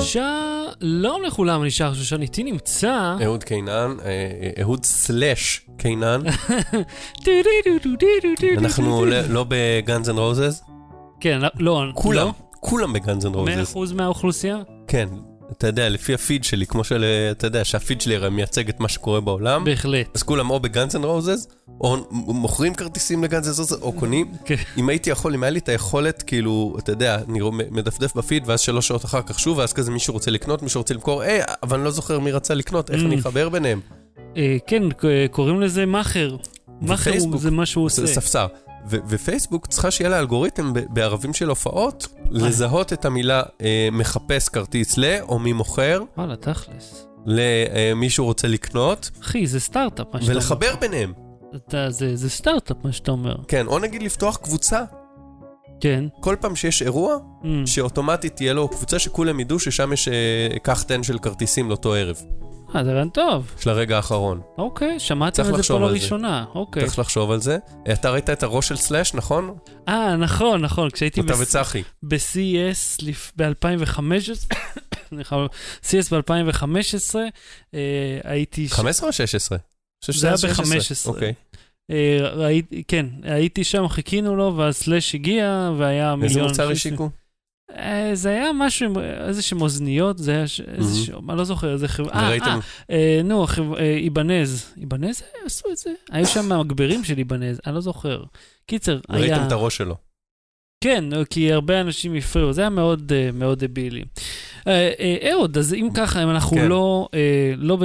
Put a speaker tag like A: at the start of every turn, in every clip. A: שלום לכולם, אני שר שושן, איתי נמצא.
B: אהוד קינן, אה, אה, אהוד סלאש קינן. אנחנו לא- לא בגאנז אנד רוזס?
A: כן, לא,
B: כולם,
A: לא?
B: כולם בגאנז אנד רוזס.
A: 100% מהאוכלוסייה?
B: כן, אתה יודע, לפי הפיד שלי, כמו של... אתה יודע, שהפיד שלי הרי מייצג את מה שקורה בעולם.
A: בהחלט.
B: אז כולם או בגאנז אנד רוזס, או מוכרים כרטיסים לגאנז אנד רוזס, או קונים.
A: כן.
B: אם הייתי יכול, אם היה לי את היכולת, כאילו, אתה יודע, אני רוא- מדפדף בפיד, ואז שלוש שעות אחר כך שוב, ואז כזה מישהו רוצה לקנות, מישהו רוצה למכור, היי, אבל אני לא זוכר מי רצה לקנות, איך
A: Mm.
B: אני אחבר ביניהם?
A: אה, כן, ק- אה, קוראים לזה מאכר. מאכר הוא-
B: ופייסבוק.
A: זה מה שהוא עושה.
B: זה ספסר. ו- ופייסבוק צריכה שיהיה לה אלגוריתם ב- בערבים של הופעות,
A: כן.
B: לזהות את המילה אה, מחפש כרטיס ל, או מי מוכר,
A: וואלה, תכלס.
B: למישהו רוצה לקנות,
A: אחי, זה סטארט-אפ מה שאתה אומר.
B: ולחבר ביניהם.
A: אתה- זה זה סטארט-אפ מה שאתה אומר.
B: כן, או נגיד לפתוח קבוצה.
A: כן.
B: כל פעם שיש אירוע,
A: אמ,
B: שאוטומטית תהיה לו קבוצה שכולם ידעו ששם יש אה, קח-תן של כרטיסים לאותו ערב,
A: אה, זה רעיון טוב.
B: של הרגע האחרון.
A: אוקיי, שמעתם
B: צריך
A: את זה
B: לחשוב
A: פה
B: על זה.
A: לראשונה. אוקיי.
B: צריך לחשוב על זה. אה, אתה ראית את הראש של סלאש, נכון?
A: אה, נכון, נכון, כשהייתי
B: אתה
A: בס-
B: וצחי.
A: ב-CES ב-2015, CES ב-2015, אה, הייתי... ש-
B: 15 או 16? אני חושב
A: זה
B: שזה
A: היה ב-15.
B: אוקיי.
A: אה, ראיתי, כן, הייתי שם, חיכינו לו, ואז סלאש הגיע, והיה מיליון...
B: איזה מוצר
A: אנשים-
B: השיקו?
A: אה, זה היה משהו עם איזה שהם אוזניות, זה היה ש- איזה שהם, אני לא זוכר איזה חברה. אה,
B: וראיתם
A: אה, אה, נו, החבר- אה, איבנז. איבנז עשו את זה? היו שם המגברים של איבנז, אני לא זוכר. קיצר, אה, היה...
B: ראיתם את הראש שלו.
A: כן, כי הרבה אנשים הפריעו, זה היה מאוד, אה, מאוד דבילי. אה, אה, אהוד, אז אם ככה, אם אנחנו
B: כן.
A: לא, אה, לא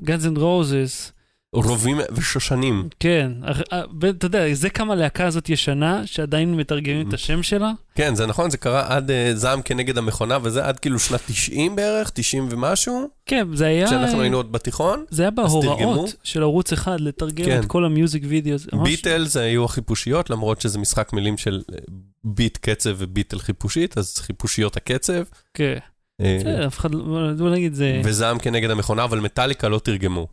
A: בגאנז אנד רוזס,
B: רובים ושושנים.
A: כן, אח- אה, ו- אתה יודע, זה כמה להקה הזאת ישנה, שעדיין מתרגמים את השם שלה.
B: כן, זה נכון, זה קרה עד אה, זעם כנגד המכונה, וזה עד כאילו שנת 90 בערך, 90 ומשהו,
A: כן, זה היה...
B: כשאנחנו היינו עוד בתיכון.
A: זה היה
B: תרגמו?
A: בהוראות של ערוץ אחד לתרגם
B: כן.
A: את כל המיוזיק וידאוס. ממש-
B: ביטלס אה, היו החיפושיות, למרות שזה משחק מילים של אה, ביט קצב וביטל חיפושית, אז חיפושיות הקצב.
A: כן,
B: אה,
A: בסדר, אף אחד לא... בוא נגיד זה...
B: וזעם כנגד המכונה, אבל מטאליקה לא תרגמו.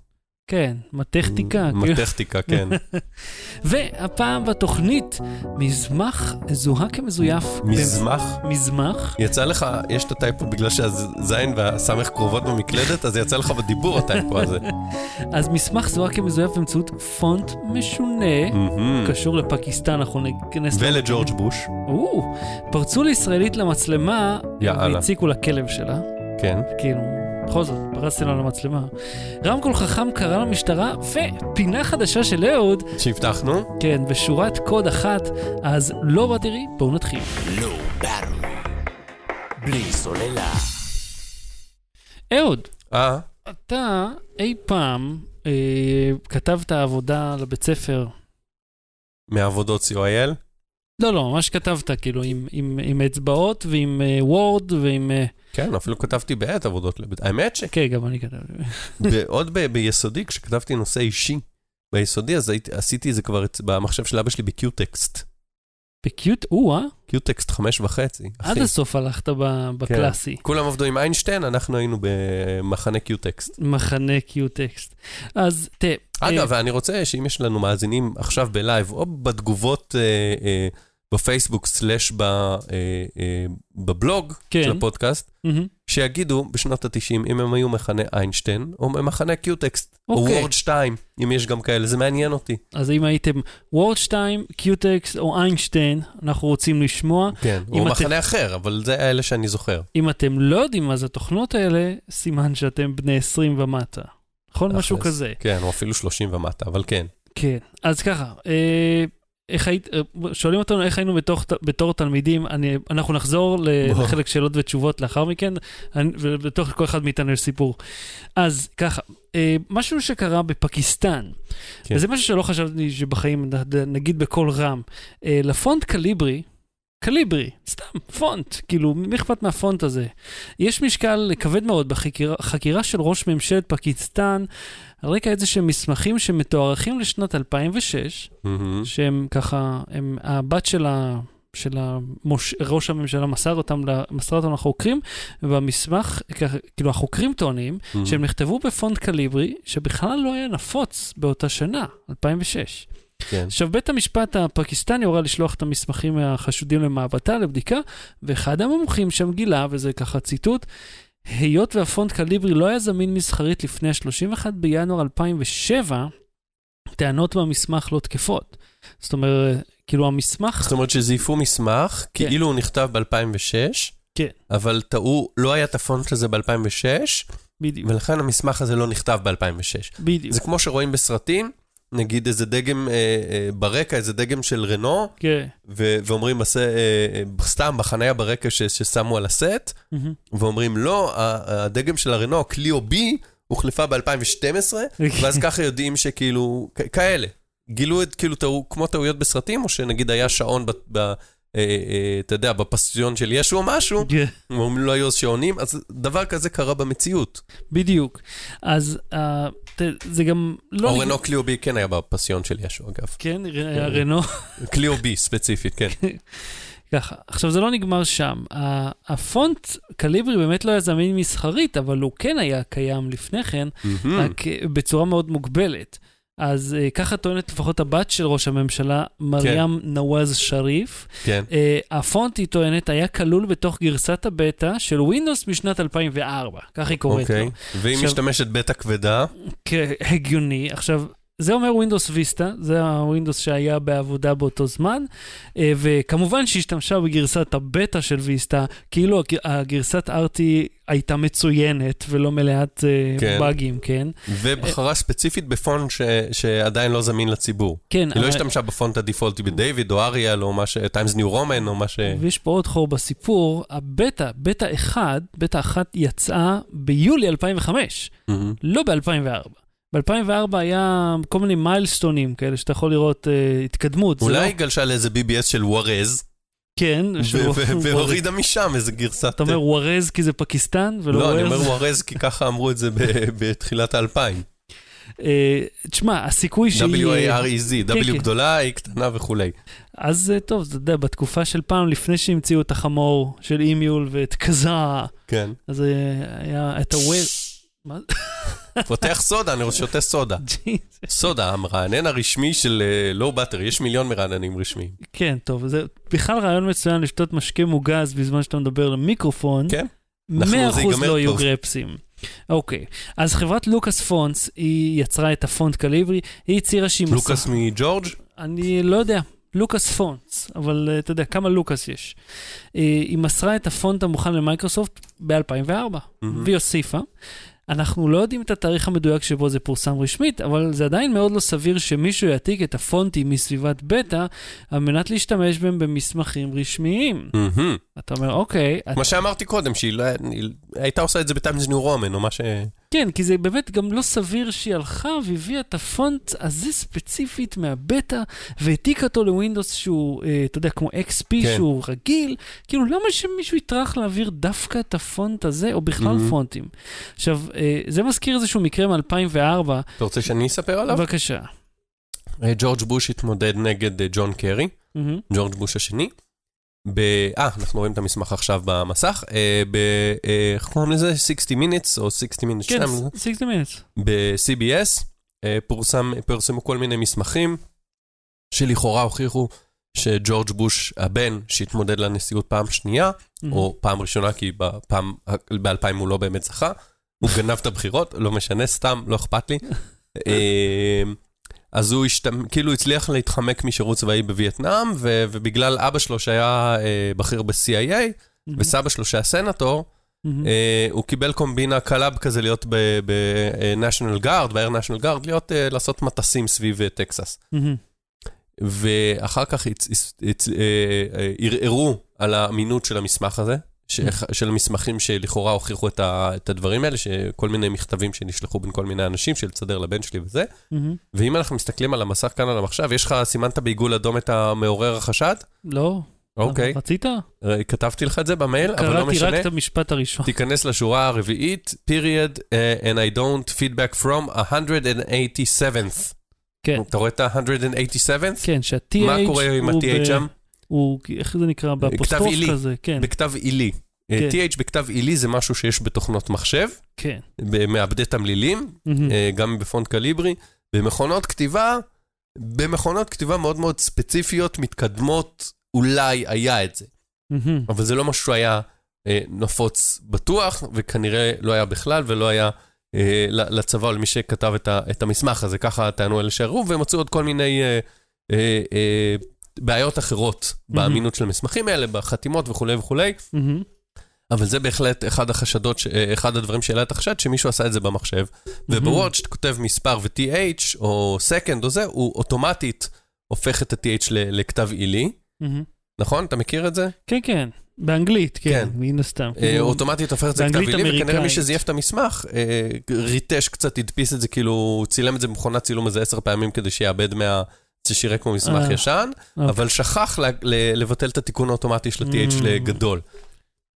A: כן, מתכתיקה. כאילו.
B: מטכטיקה, כן.
A: והפעם בתוכנית, מזמח זוהה כמזויף.
B: מזמח.
A: מזמח.
B: יצא לך, יש את הטייפו בגלל שהזין והסמך קרובות במקלדת, אז יצא לך בדיבור הטייפו הזה.
A: אז מסמך זוהה כמזויף באמצעות פונט משונה,
B: מהמם.
A: קשור לפקיסטן, אנחנו ניכנס...
B: ולג'ורג' בוש,
A: או, פרצו לישראלית למצלמה,
B: יאללה.
A: והציקו לכלב שלה,
B: כן.
A: כאילו, בכל זאת, פרצתי לה למצלמה. רמקול חכם קרא למשטרה, ופינה חדשה של אהוד,
B: שהבטחנו.
A: כן, בשורת קוד אחת, אז לא בטרי, בואו נתחיל.
C: לא battery. בלי סוללה.
A: אהוד,
B: אה,
A: אתה אי פעם אה, כתבת עבודה לבית ספר
B: מעבודות co.il?
A: לא, לא, ממש כתבת, כאילו, עם, עם, עם אצבעות ועם אה, וורד ועם... אה,
B: כן, אפילו כתבתי בעת עבודות לבית. האמת
A: כן, גם אני כתבתי.
B: שעוד ב- ביסודי, כשכתבתי נושא אישי ביסודי, אז הייתי- עשיתי את זה כבר אצ- במחשב של אבא שלי בקיוטקסט.
A: בקיוט, או אה?
B: קיוטקסט חמש וחצי,
A: עד
B: אחי.
A: הסוף הלכת ב- בקלאסי.
B: כולם עבדו עם איינשטיין, אנחנו היינו במחנה קיוטקסט.
A: מחנה קיוטקסט. אז אה, תראה,
B: כן. אגב, אני רוצה שאם יש לנו מאזינים עכשיו בלייב, או בתגובות אה, אה, בפייסבוק סלאש ב- אה, אה, בבלוג
A: כן.
B: של הפודקאסט,
A: מהמם.
B: שיגידו בשנות ה-90 אם הם היו מחנה איינשטיין או מחנה קיוטקסט, או
A: אוקיי.
B: וורד 2, אם יש גם כאלה, זה מעניין אותי.
A: אז אם הייתם וורד 2, קיוטקסט או איינשטיין, אנחנו רוצים לשמוע.
B: כן,
A: אם
B: או
A: אתם-
B: מחנה אחר, אבל זה האלה שאני זוכר.
A: אם אתם לא יודעים מה זה התוכנות האלה, סימן שאתם בני 20 ומטה. נכון? משהו
B: תכלס.
A: כזה.
B: כן, או אפילו 30 ומטה, אבל כן.
A: כן, אז ככה, אה, איך היית, אה, שואלים אותנו איך היינו בתוך, בתור תלמידים, אני, אנחנו נחזור ל-
B: וואו.
A: לחלק שאלות ותשובות לאחר מכן, אני- ובתוך כל אחד מאיתנו יש סיפור. אז ככה, אה, משהו שקרה בפקיסטן,
B: כן.
A: וזה משהו שלא חשבתי שבחיים, נ- נגיד בקול רם, אה, לפונט קליברי, קליברי, סתם, פונט, כאילו, מי אכפת מהפונט הזה? יש משקל כבד מאוד בחקירה חקירה של ראש ממשלת פקיסטן על רקע איזה שהם מסמכים שמתוארכים לשנת 2006,
B: מהמם.
A: שהם ככה, הם, הבת של ה... של המוש... ראש הממשלה מסר אותם, ל... מסר אותם לחוקרים, והמסמך, ככה, כאילו החוקרים טוענים,
B: מהמם.
A: שהם נכתבו בפונט קליברי, שבכלל לא היה נפוץ באותה שנה, 2006.
B: כן.
A: עכשיו, בית המשפט הפקיסטני הורה לשלוח את המסמכים החשודים למעבדה לבדיקה, ואחד המומחים שם גילה, וזה ככה ציטוט, היות והפונט קליברי לא היה זמין מסחרית לפני ה-31 בינואר 2007, טענות במסמך לא תקפות. זאת אומרת, כאילו המסמך,
B: זאת אומרת שזייפו מסמך, כאילו הוא נכתב ב-2006,
A: כן.
B: אבל טעו, לא היה את הפונט הזה ב-2006,
A: בדיוק,
B: ולכן המסמך הזה לא נכתב ב-2006.
A: בדיוק,
B: זה כמו שרואים בסרטים, נגיד איזה דגם אה, אה, ברקע, איזה דגם של רנו,
A: כן.
B: ו- ואומרים בס- אה, אה, סתם בחניה ברקע ש- ששמו על הסט,
A: מהמם.
B: ואומרים לא, ה- הדגם של הרנו, קליו בי, הוחלפה ב-2012, ואז ככה יודעים שכאילו, כ- כאלה. גילו את, כאילו, טעו, כמו טעויות בסרטים, או שנגיד היה שעון, ב, ב, אה, אה, אתה יודע, בפסיון של ישו או משהו,
A: כן.
B: אומרים לא היו שעונים, אז דבר כזה קרה במציאות.
A: בדיוק. אז אה, ת- זה גם לא...
B: או רנו קליו בי כן היה בפסיון של ישו, אגב.
A: כן, ר- רנו,
B: קליו בי ספציפית, כן.
A: ככה. עכשיו, זה לא נגמר שם. ה- הפונט קליברי באמת לא היה זמין מסחרית, אבל הוא כן היה קיים לפני כן,
B: Hmm. מהמם.
A: רק אה, בצורה מאוד מוגבלת. אז אה, ככה טוענת לפחות הבת של ראש הממשלה, מרים נואז שריף.
B: כן.
A: אה, הפונט, היא טוענת, היה כלול בתוך גרסת הבטא של Windows משנת 2004. כך היא קוראת לו.
B: אוקיי. ואם
A: לא. עכשיו-
B: משתמשת בטא כבדה,
A: כהגיוני. עכשיו, זה אומר Windows Vista, זה ה-Windows שהיה בעבודה באותו זמן, אה, וכמובן שהשתמשה בגרסת הבטא של ויסטה, כאילו הג- הגרסת RT הייתה מצוינת ולא מלאת אה,
B: כן.
A: באגים, כן?
B: ובחרה ספציפית בפונט ש- שעדיין לא זמין לציבור.
A: כן,
B: היא לא
A: אבל-
B: השתמשה בפונט הדפולטי בדיוויד או אריאל או מה ש... טיימס ניו רומן או מה ש...
A: ויש פה עוד חור בסיפור, הבטא, בטא 1, בטא 1 יצאה ביולי 2005,
B: מהמם.
A: לא ב-2004. ב-2004 היה כל מיני מיילסטונים כאלה שאתה יכול לראות אה, התקדמות. זה
B: אולי
A: לא-
B: היא גלשה לאיזה BBS של וורז,
A: כן.
B: ו-
A: שהוא-
B: ו- והורידה משם איזה גרסת...
A: אתה אומר וורז כי זה פקיסטן ולא
B: לא,
A: וורז?
B: אני אומר וורז כי ככה אמרו את זה ב- בתחילת האלפיים.
A: אה, תשמע, הסיכוי
B: E.
A: שהיא...
B: W-A-R-E-Z,
A: כן, כן.
B: W גדולה, A קטנה וכולי.
A: אז אה, טוב, אתה יודע, בתקופה של פעם, לפני שהמציאו את החמור של אימיול ואת קזרה,
B: כן.
A: אז אה, היה את הוויר... מה?
B: פותח סודה, אני רוצה שותה סודה.
A: ג'יז.
B: סודה, המרענן הרשמי של לואו באטר, יש מיליון מרעננים רשמיים.
A: כן, טוב, זה בכלל רעיון מצוין לשתות משקה מוגז בזמן שאתה מדבר למיקרופון.
B: כן. אנחנו- זה
A: 100%
B: ייגמר
A: לא יהיו
B: טוב.
A: גרפסים. אוקיי, אז חברת לוקאס פונטס, היא יצרה את הפונט קליברי, היא הצהירה שהיא מסכמת...
B: לוקאס מג'ורג'?
A: אני לא יודע, לוקאס פונטס, אבל אה, אתה יודע, כמה לוקאס יש. אה, היא מסרה את הפונט המוכן למייקרוסופט ב-2004, והיא הוסיפה. אנחנו לא יודעים את התאריך המדויק שבו זה פורסם רשמית, אבל זה עדיין מאוד לא סביר שמישהו יעתיק את הפונטים מסביבת בטא על מנת להשתמש בהם במסמכים רשמיים.
B: מהמם.
A: אתה אומר, אוקיי, את...
B: כמו שאמרתי קודם, שהיא לא- היא הייתה עושה את זה בטיימס ניו רומן, או מה ש...
A: כן, כי זה באמת גם לא סביר שהיא הלכה והביאה את הפונט הזה ספציפית מהבטא, והעתיקה אותו לווינדוס שהוא, אה, אתה יודע, כמו XP
B: כן.
A: כן. שהוא רגיל. כאילו, למה שמישהו יטרח להעביר דווקא את הפונט הזה, או בכלל
B: Mhm.
A: mm-hmm. פונטים? עכשיו, אה, זה מזכיר איזשהו מקרה מ-2004.
B: אתה רוצה שאני אספר עליו?
A: בבקשה.
B: אה, ג'ורג' בוש התמודד נגד אה, ג'ון קרי,
A: מהמם.
B: ג'ורג' בוש השני. ב... אה, אנחנו רואים את המסמך עכשיו במסך. אה, ב... אה, איך קוראים לזה? 60 minutes או 60 minutes לא
A: כן,
B: 2
A: 60 minutes.
B: ב-CBS. אה, פורסם, פרסמו כל מיני מסמכים שלכאורה הוכיחו שג'ורג' בוש הבן שהתמודד לנשיאות פעם שנייה,
A: מהמם.
B: או פעם ראשונה, כי בפעם, ב-2000 הוא לא באמת זכה, הוא גנב את הבחירות, לא משנה, סתם, לא אכפת לי. אה, אז הוא השתמ... כאילו הצליח להתחמק משירות צבאי בווייטנאם, ו... ובגלל אבא שלו שהיה אה, בכיר ב-CIA,
A: מהמם.
B: וסבא שלו שהיה סנטור,
A: מהמם.
B: אה, הוא קיבל קומבינה קלאב כזה להיות ב-National Guard, ב-Air National Guard, להיות, אה, לעשות מטסים סביב אה, טקסס.
A: מהמם.
B: ואחר כך הצ- הצ- הצ- אה, אה, ערערו על האמינות של המסמך הזה, ש- של המסמכים שלכאורה הוכיחו את ה- את הדברים האלה, שכל מיני מכתבים שנשלחו בין כל מיני אנשים, של לסדר לבן שלי וזה.
A: מהמם.
B: ואם אנחנו מסתכלים על המסך כאן על המחשב, יש לך, סימנת בעיגול אדום את המעורר החשד?
A: לא,
B: אוקיי,
A: רצית?
B: אה, כתבתי לך את זה במייל, אבל לא
A: קראתי
B: משנה.
A: רק את המשפט הראשון.
B: תיכנס לשורה הרביעית, period, uh, and I don't feedback from 187th.
A: כן,
B: אתה רואה את ה-187th?
A: כן, שה-TH
B: מה קורה עם
A: הוא
B: ה-TH
A: ב-
B: שם?
A: הוא, איך זה נקרא? באפוסטרוף
B: עילי.
A: כזה, כן,
B: בכתב עילי. אה,
A: כן.
B: TH בכתב עילי זה משהו שיש בתוכנות מחשב,
A: כן. אה,
B: במעבדי תמלילים,
A: מהמם.
B: אה, גם בפונט קליברי. במכונות כתיבה במכונות כתיבה מאוד מאוד ספציפיות, מתקדמות, אולי היה את זה.
A: מהמם.
B: אבל זה לא משהו שהיה אה, נפוץ בטוח, וכנראה לא היה בכלל, ולא היה אה, ל- לצבא או למי שכתב את, ה, את המסמך הזה. ככה טענו אלה שערו, והם מצאו עוד כל מיני אה, אה, אה, בעיות אחרות באמינות של המסמכים האלה, בחתימות וכולי וכולי,
A: מהמם.
B: אבל זה בהחלט אחד החשדות, ש, אה, אחד הדברים שהעלה את החשד, שמישהו עשה את זה במחשב. ובוורד, שאתה כותב מספר ו-TH, או second או זה, הוא אוטומטית הופך את ה-TH ל- לכתב עילי,
A: מהמם.
B: נכון? אתה מכיר את זה?
A: כן, כן, באנגלית, כן,
B: כן.
A: מן הסתם.
B: אה,
A: כאילו,
B: אוטומטית הופך את זה לכתב
A: באנגלית
B: עילי, וכנראה מי
A: אמריקאית.
B: שזייף את המסמך, אה, ריטש קצת, הדפיס את זה, כאילו, הוא צילם את זה במכונת צילום איזה עשר פעמים כדי שיאבד מה... זה שיראה כמו מסמך
A: אה,
B: ישן,
A: אוקיי.
B: אבל שכח ל- ל- לבטל את התיקון האוטומטי של ה-TH
A: Mm.
B: לגדול.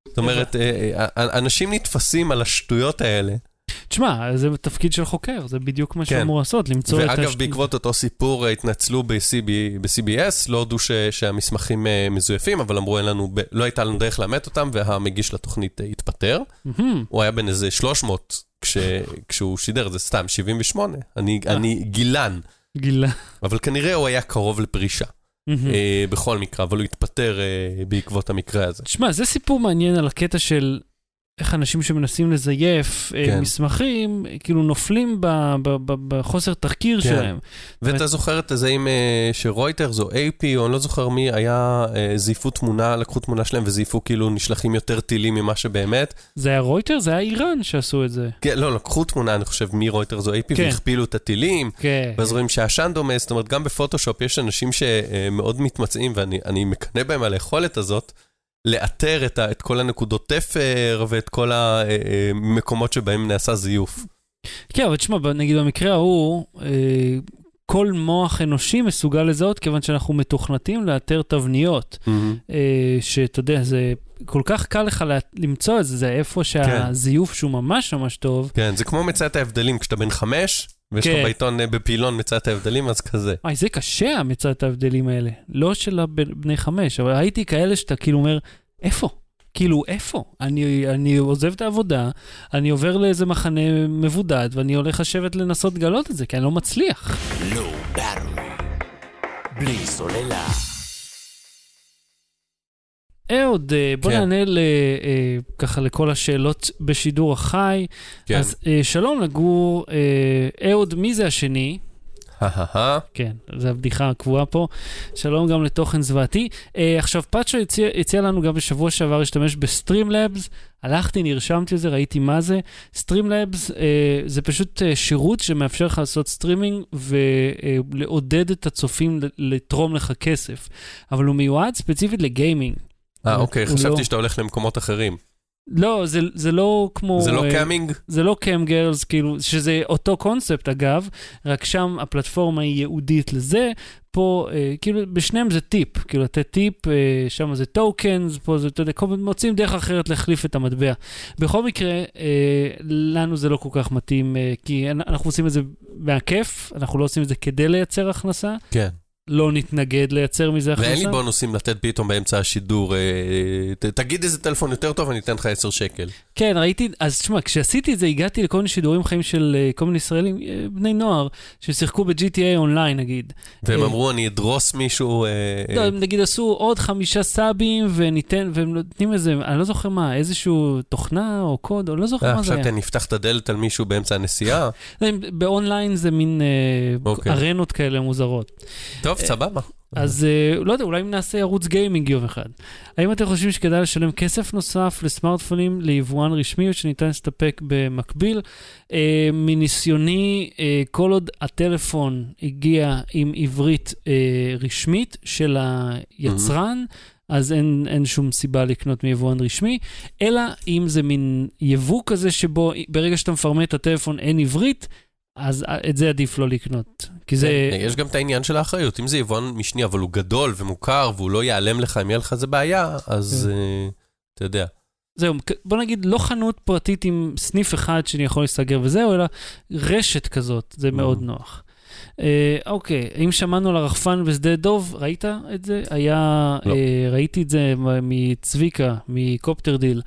B: זאת אומרת, אה, אה, אה, אנשים נתפסים על השטויות האלה.
A: תשמע, זה תפקיד של חוקר, זה בדיוק מה
B: כן.
A: שאמור לעשות, למצוא את...
B: ואגב,
A: הש-
B: בעקבות אותו סיפור אה, התנצלו ב-CB ב-CBS, לא הודו ש- שהמסמכים אה, מזויפים, אבל אמרו, "אין לנו ב- לא הייתה לנו דרך לאמת אותם, והמגיש לתוכנית אה, התפטר.
A: מהמם.
B: הוא היה בן איזה 300 כש, כשהוא שידר, זה סתם 78. אני, אני גילן,
A: גילה.
B: אבל כנראה הוא היה קרוב לפרישה,
A: מהמם.
B: אה, בכל מקרה, אבל הוא התפטר אה, בעקבות המקרה הזה.
A: תשמע, זה סיפור מעניין על הקטע של איך אנשים שמנסים לזייף אה,
B: כן.
A: מסמכים, אה, כאילו נופלים ב- ב- ב- בחוסר תחקיר
B: כן.
A: שלהם.
B: ואתה זוכר את זה עם אה, שרויטרס או AP, או אני לא זוכר מי, היה, אה, זייפו תמונה, לקחו תמונה שלהם וזייפו כאילו נשלחים יותר טילים ממה שבאמת.
A: זה היה רויטר? זה היה איראן שעשו את זה.
B: כן, לא, לקחו תמונה, אני חושב, מרויטרס או AP,
A: כן.
B: והכפילו את הטילים.
A: כן.
B: ואז רואים שהעשן דומה, זאת אומרת, גם בפוטושופ יש אנשים שמאוד מתמצאים, ואני אני מקנא בהם על היכולת הזאת, לאתר את, ה, את כל הנקודות תפר ואת כל המקומות שבהם נעשה זיוף.
A: כן, אבל תשמע, ב- נגיד במקרה ההוא, אה, כל מוח אנושי מסוגל לזהות, כיוון שאנחנו מתוכנתים לאתר תבניות. אה, שאתה יודע, זה כל כך קל לך לה- למצוא את זה, זה איפה שהזיוף שהוא ממש ממש טוב.
B: כן, זה כמו מצאת ההבדלים, כשאתה בן חמש, ויש לך
A: כן.
B: בעיתון אה, בפילון מצאת ההבדלים, אז כזה.
A: אוי, זה קשה, המצאת ההבדלים האלה. לא של הבן- בני חמש, אבל הייתי כאלה שאתה כאילו אומר, איפה? כאילו, איפה? אני, אני עוזב את העבודה, אני עובר לאיזה מחנה מבודד, ואני הולך לשבת לנסות לגלות את זה, כי אני לא מצליח.
C: לא באנו. בלי סוללה.
A: אהוד, אה, בוא
B: כן.
A: כן. נענה ל, אה, ככה לכל השאלות בשידור החי.
B: כן.
A: אז אה, שלום לגור, אה, אהוד, מי זה השני?
B: אהה,
A: כן, זו הבדיחה הקבועה פה. שלום גם לתוכן זוועתי. אה, עכשיו, פאצ'ו הציע, הציע לנו גם בשבוע שעבר להשתמש בסטרימלאבס. הלכתי, נרשמתי לזה, ראיתי מה זה. סטרימלאבס אה, זה פשוט אה, שירות שמאפשר לך לעשות סטרימינג ולעודד את הצופים ל- לתרום לך כסף. אבל הוא מיועד ספציפית לגיימינג.
B: אה, אוקיי,
A: הוא לא-
B: חשבתי שאתה הולך למקומות אחרים.
A: לא, זה, זה לא כמו...
B: זה לא
A: אה,
B: קאמינג?
A: זה לא קאם גרלס, כאילו, שזה אותו קונספט אגב, רק שם הפלטפורמה היא ייעודית לזה, פה, אה, כאילו, בשניהם זה טיפ, כאילו, לתת טיפ, אה, שם זה טוקנס, פה זה, אתה יודע, כל מיני- מוצאים דרך אחרת להחליף את המטבע. בכל מקרה, אה, לנו זה לא כל כך מתאים, אה, כי אנ- אנחנו עושים את זה מהכיף, אנחנו לא עושים את זה כדי לייצר הכנסה,
B: כן.
A: לא נתנגד לייצר מזה הכנסה.
B: ואין לי בונוסים לתת פתאום באמצע השידור, אה, ת- תגיד איזה טלפון יותר טוב, אני אתן לך 10 שקל.
A: כן, ראיתי, אז תשמע, כשעשיתי את זה, הגעתי לכל מיני שידורים חיים של אה, כל מיני ישראלים, אה, בני נוער, ששיחקו ב-GTA אונליין, נגיד.
B: והם
A: אה,
B: אמרו, אני אדרוס מישהו... אה,
A: לא, הם נגיד עשו עוד חמישה סאבים, וניתן, והם נותנים איזה, אני לא זוכר מה, איזשהו תוכנה או קוד, או לא זוכר
B: אה,
A: מה זה היה.
B: חשבתי, אני אפתח את הדלת על מישהו באמצע הנסיעה?
A: לא, הם- באונליין זה מין אה,
B: אוקיי.
A: ארנות כאלה מוזרות.
B: טוב,
A: אה,
B: סבבה.
A: אז אה, לא יודע, אולי אם נעשה ערוץ גיימינג יום אחד. האם אתם חושבים שכדאי לשלם כסף נוסף לסמארטפונים ליבואן רשמי, או שניתן להסתפק במקביל? אה, מניסיוני, אה, כל עוד הטלפון הגיע עם עברית אה, רשמית של היצרן, אז אין, אין שום סיבה לקנות מיבואן רשמי, אלא אם זה מין יבוא כזה שבו ברגע שאתה מפרמט את הטלפון אין עברית, אז אה, את זה עדיף לא לקנות. כי זה...
B: אה, יש גם את העניין של האחריות. אם זה יבואן משני, אבל הוא גדול ומוכר, והוא לא ייעלם לך אם יהיה לך איזה בעיה, אז
A: כן.
B: אה, אתה יודע.
A: זהו, כ- בוא נגיד, לא חנות
B: Mm.
A: פרטית עם סניף אחד שאני יכול להסתגר וזהו, אלא רשת כזאת, זה מאוד נוח. אה, אוקיי, אם שמענו על הרחפן בשדה דוב, ראית את זה? היה,
B: לא.
A: אה, ראיתי את זה מ- מצביקה, מקופטר דיל,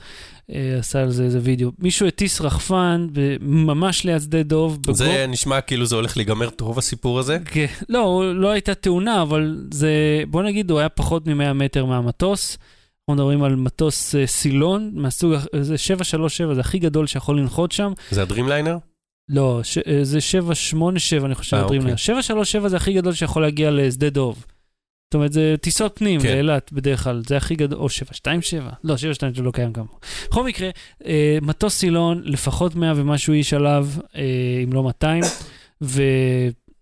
A: אה, עשה על זה איזה וידאו. מישהו הטיס רחפן ב- ממש ליד שדה דוב. בגו-
B: זה נשמע כאילו זה הולך להיגמר טוב הסיפור הזה.
A: כן. לא, הוא- לא הייתה תאונה, אבל זה, בוא נגיד, הוא היה פחות מ-100 מטר מהמטוס. אנחנו מדברים על מטוס אה, סילון, מהסוג, הח- זה 737, זה הכי גדול שיכול לנחות שם.
B: זה הדרימליינר?
A: לא, ש... אה, זה 787, אני חושב,
B: אה,
A: הדרימליינר.
B: אוקיי.
A: 737 זה הכי גדול שיכול להגיע לשדה דוב. זאת אומרת, זה טיסות פנים
B: כן.
A: לאילת בדרך כלל, זה הכי גדול, או 727, לא, 727 לא קיים גם. בכל מקרה, אה, מטוס סילון, לפחות 100 ומשהו איש עליו, אה, אם לא 200,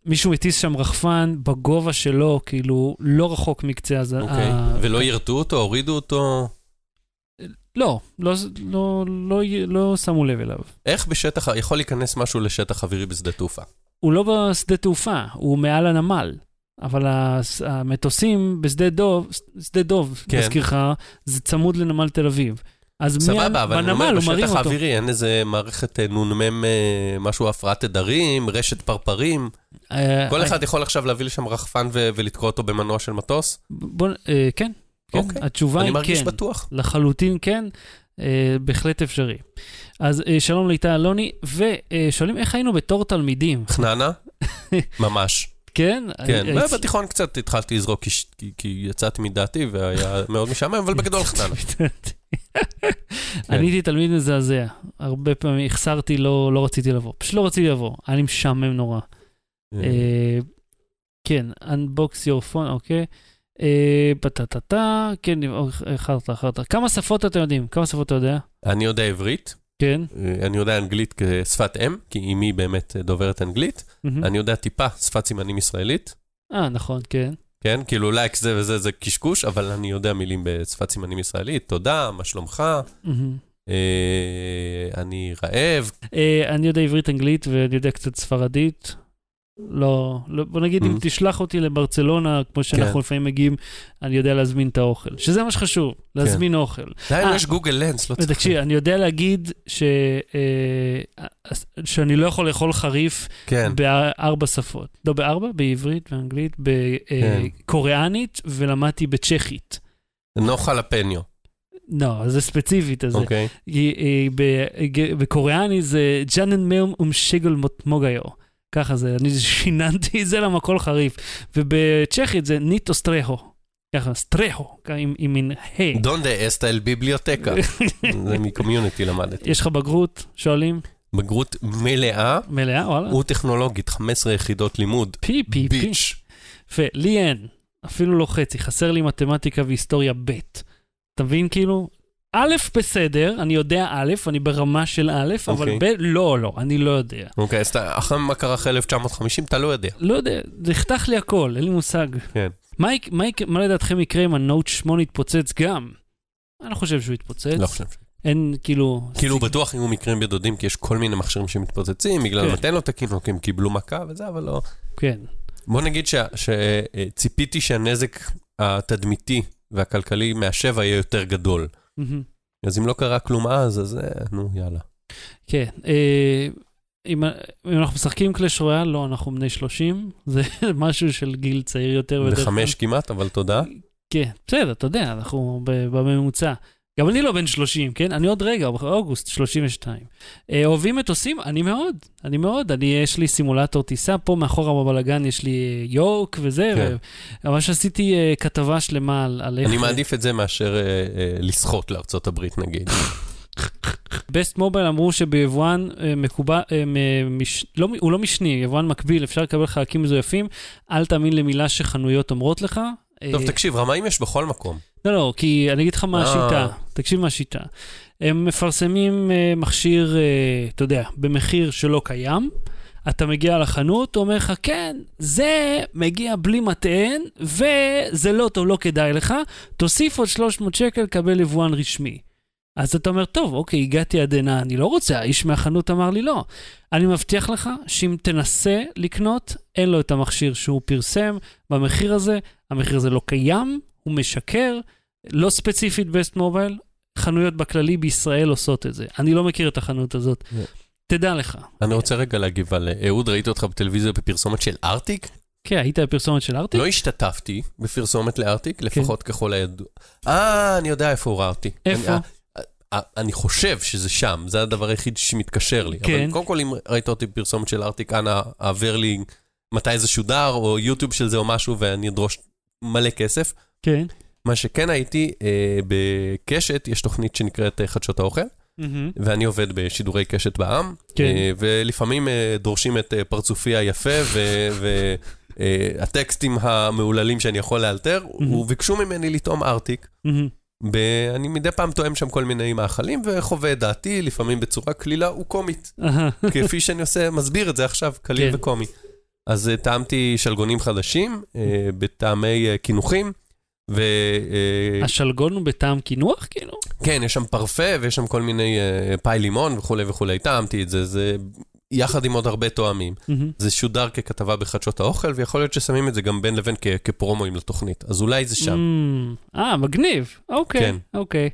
A: ומישהו מטיס שם רחפן בגובה שלו, כאילו, לא רחוק מקצה הז...
B: אוקיי.
A: ה-
B: ולא ירתו אותו, הורידו אותו.
A: לא, לא, לא, לא, לא שמו לב אליו.
B: איך בשטח, יכול להיכנס משהו לשטח אווירי בשדה תעופה?
A: הוא לא בשדה תעופה, הוא מעל הנמל. אבל הס- המטוסים בשדה דוב, שדה דוב,
B: כן.
A: כן. מזכיר לך, זה צמוד לנמל תל אביב. אז
B: סבבה,
A: מה-
B: אבל אני
A: בנמל
B: אומר,
A: הוא מרים
B: בשטח
A: אותו.
B: האווירי אין איזה מערכת אה, נ"מ, אה, משהו הפרעת תדרים, רשת פרפרים.
A: אה,
B: כל
A: אה,
B: אחד יכול עכשיו להביא לשם רחפן ו- ולתקוע אותו במנוע של מטוס?
A: בוא, אה, כן, כן.
B: אוקיי.
A: התשובה
B: אני
A: היא
B: מרגיש
A: כן.
B: בטוח.
A: לחלוטין כן, אה, בהחלט אפשרי. אז אה, שלום לאיתי אלוני, ושואלים איך היינו בתור תלמידים,
B: חננה? ממש.
A: כן?
B: כן.
A: אה, אה,
B: בתיכון קצת התחלתי לזרוק כי ש- כי- כי יצאתי מדעתי והיה מאוד משעמם, אבל בגדול חננה.
A: אני הייתי תלמיד מזעזע. הרבה פעמים החסרתי, לא לא רציתי לבוא. פשוט לא רציתי לבוא. היה לי משעמם נורא. אה, כן, Unbox your phone, אוקיי. אה, פטטטה, כן, איחרת, איחרת. כמה שפות אתם יודעים? כמה שפות אתה יודע?
B: אני יודע עברית,
A: כן.
B: אה, אני יודע אנגלית כשפת אם, כי אמי באמת אה, דוברת אנגלית.
A: מהמם.
B: אני יודע טיפה שפת סימנים ישראלית.
A: אה, נכון, כן.
B: כן, כאילו לייק זה וזה זה קשקוש, אבל אני יודע מילים בשפת סימנים ישראלית, תודה, מה שלומך,
A: מהמם.
B: אה, אני רעב,
A: אה, אני יודע עברית, אנגלית, ואני יודע קצת ספרדית. לא, לא- בוא נגיד, אם
B: Mhm.
A: תשלח אותי לברצלונה, כמו
B: כן.
A: שאנחנו לפעמים מגיעים, אני יודע להזמין את האוכל. שזה מה שחשוב,
B: כן.
A: להזמין אוכל.
B: די,
A: אה.
B: יש גוגל לנס, לא צריך...
A: תקשיב, אני יודע להגיד ש... אה, שאני לא יכול לאכול חריף
B: כן,
A: בארבע שפות. לא בארבע, בעברית, באנגלית,
B: כן.
A: בקוריאנית, ולמדתי בצ'כית.
B: נו חלפניו,
A: לא, זה ספציפית, אז זה.
B: אוקיי.
A: היא- היא ב- ג- בקוריאני זה ג'אנן מיום אומשיגל מוט- מוגאיו. ככה זה, אני שיננתי את זה למקול חריף. ובצ'כית זה ניטו סטרהו. ככה, סטרהו, כ- עם עם מין היי.
B: דונדה אסטל ביבליוטקה, זה מקומיוניטי למדתי.
A: יש לך בגרות? שואלים?
B: בגרות מלאה
A: מלאה? וואלה.
B: וטכנולוגית, 15 יחידות לימוד.
A: פי פי פי.
B: ביץ'.
A: יפה, לי אין. אפילו לא חצי, חסר לי מתמטיקה והיסטוריה ב'. אתה מבין כאילו? א' בסדר, אני יודע א', אני ברמה של א', אבל
B: אוקיי.
A: ב', לא, לא, אני לא יודע.
B: אוקיי, אז אתה- אחרי מה קרה אחרי 1950, אתה לא יודע.
A: לא יודע, זה יחתך לי הכל, אין לי מושג.
B: כן.
A: מה, יק- מה, יק- מה לדעתכם יקרה אם הנוט 8 יתפוצץ גם? אני לא חושב שהוא יתפוצץ.
B: לא חושב.
A: אין, כאילו...
B: כאילו, בטוח היו מקרים בדודים, כי יש כל מיני מכשירים שמתפוצצים, בגלל
A: כן.
B: מתן לא תקין, או כי הם קיבלו מכה וזה, אבל לא.
A: כן.
B: בוא נגיד שציפיתי שהנזק התדמיתי והכלכלי מהשבע יהיה יותר גדול.
A: מהמם.
B: אז אם לא קרה כלום אז, אז אה, נו, יאללה.
A: כן. אה, אם, אם אנחנו משחקים קלאש רויאל, לא, אנחנו בני 30. זה משהו של גיל צעיר יותר.
B: זה
A: בדרך כלל.
B: חמש כמעט, אבל תודה.
A: כן, בסדר, אתה יודע, אנחנו ב- בממוצע. גם אני לא בן 30, כן? אני עוד רגע, באוגוסט 32. אה, אוהבים מטוסים? אני מאוד, אני מאוד. אני, יש לי סימולטור טיסה פה, מאחורה בבלגן יש לי אה, יורק וזה.
B: כן.
A: ו- ממש עשיתי אה, כתבה שלמה על, על איך...
B: אני מעדיף את זה מאשר אה, אה, לסחוט לארצות הברית, נגיד.
A: אה. בסט מובייל אמרו שביבואן אה, מקובל, אה, מ- מש, לא, מ- הוא לא משני, יבואן מקביל, אפשר לקבל חלקים מזויפים. אל תאמין למילה שחנויות אומרות לך. אה,
B: טוב, תקשיב, רמאים יש בכל מקום.
A: לא, לא, כי אני אגיד לך מה
B: אה.
A: השיטה, תקשיב מה השיטה. הם מפרסמים אה, מכשיר, אה, אתה יודע, במחיר שלא קיים, אתה מגיע לחנות, הוא אומר לך, כן, זה מגיע בלי מטען, וזה לא טוב, לא כדאי לך, תוסיף עוד 300 שקל, קבל יבואן רשמי. אז אתה אומר, טוב, אוקיי, הגעתי עד הנה, אני לא רוצה, האיש מהחנות אמר לי לא. אני מבטיח לך שאם תנסה לקנות, אין לו את המכשיר שהוא פרסם במחיר הזה, המחיר הזה לא קיים, הוא משקר, לא ספציפית בסט מובייל, חנויות בכללי בישראל עושות את זה. אני לא מכיר את החנות הזאת.
B: Yeah.
A: תדע לך.
B: אני רוצה רגע להגיב על... אה, אהוד, ראיתי אותך בטלוויזיה בפרסומת של ארטיק?
A: כן, כן. היית בפרסומת של ארטיק?
B: לא השתתפתי בפרסומת לארטיק, לפחות ככל הידוע. אה, אני יודע איפה עוררתי.
A: איפה?
B: אני- אה, אה, אני חושב שזה שם, זה הדבר היחיד שמתקשר לי.
A: כן.
B: אבל קודם כל, אם ראית אותי בפרסומת של ארטיק, אנא העבר לי מתי זה שודר, או יוטיוב של זה או משהו, ואני אדרוש מלא כסף.
A: כן.
B: מה שכן הייתי, אה, בקשת יש תוכנית שנקראת אה, חדשות האוכל,
A: מהמם.
B: ואני עובד בשידורי קשת בעם,
A: כן.
B: אה, ולפעמים אה, דורשים את אה, פרצופי היפה והטקסטים המהוללים שאני יכול לאלתר, וביקשו ממני לטעום ארטיק.
A: מהמם.
B: ואני מדי פעם טועם שם כל מיני מאכלים וחווה את דעתי, לפעמים בצורה קלילה וקומית.
A: אהה.
B: כפי שאני עושה, מסביר את זה עכשיו, קליל
A: כן.
B: וקומי. אז אה, טעמתי שלגונים חדשים, אה, בטעמי אה, קינוחים, ו... אה,
A: השלגון הוא בטעם קינוח, כאילו?
B: כן, יש שם פרפה ויש שם כל מיני אה, פאי לימון וכולי וכולי. טעמתי את זה, זה יחד עם עוד הרבה טועמים.
A: מהמם.
B: זה שודר ככתבה בחדשות האוכל, ויכול להיות ששמים את זה גם בין לבין כ- כפרומואים לתוכנית. אז אולי זה שם.
A: אמ, אה, מגניב. אוקיי,
B: כן.
A: אוקיי.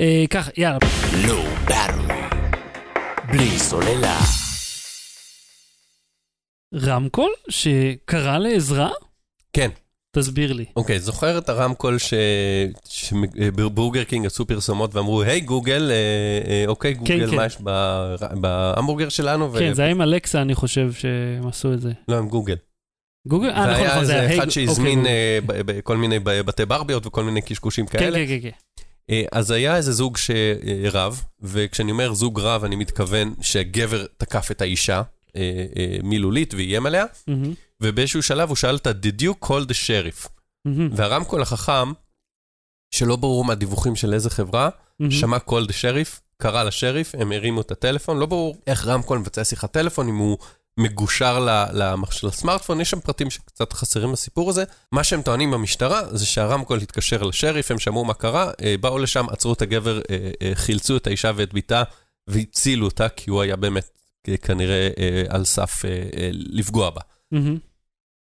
A: אה, ככה, יאללה.
C: לא ברור. בלי סוללה.
A: רמקול שקרא לעזרה?
B: כן.
A: תסביר לי.
B: אוקיי, זוכר את הרמקול ש- שבורגר קינג עשו פרסומות ואמרו, היי גוגל, אה, אה, אוקיי גוגל,
A: כן, כן.
B: מה יש ב- בהמבורגר שלנו? ו-
A: כן, זה היה עם אלקסה, אני חושב, שהם עשו את זה.
B: לא, עם גוגל.
A: גוגל? אה, נכון,
B: והיה
A: נכון, זה היה...
B: איזה
A: היי,
B: אחד
A: אוקיי,
B: שהזמין
A: גוגל.
B: אה, ב- ב- כל מיני ב- בתי ברביות וכל מיני קשקושים
A: כן,
B: כאלה.
A: כן, כן, כן.
B: אה, אז היה איזה זוג שרב, וכשאני אומר זוג רב, אני מתכוון שהגבר תקף את האישה אה, אה, מילולית ואיים עליה,
A: מהמם,
B: ובאיזשהו שלב הוא שאל אותה, did you call the sheriff?
A: מהמם,
B: והרמקול החכם, שלא ברור מהדיווחים של איזה חברה,
A: מהמם.
B: שמע call the sheriff, קרא לשריף, הם הרימו את הטלפון, לא ברור איך רמקול מבצע שיחת טלפון, אם הוא... מגושר ל- למחשב לסמארטפון, יש שם פרטים שקצת חסרים לסיפור הזה. מה שהם טוענים במשטרה זה שהרמקול התקשר לשריף, הם שמעו מה קרה, אה, באו לשם, עצרו את הגבר, אה, אה, חילצו את האישה ואת בתה והצילו אותה, כי הוא היה באמת אה, כנראה אה, על סף אה, אה, לפגוע בה.
A: מהמם.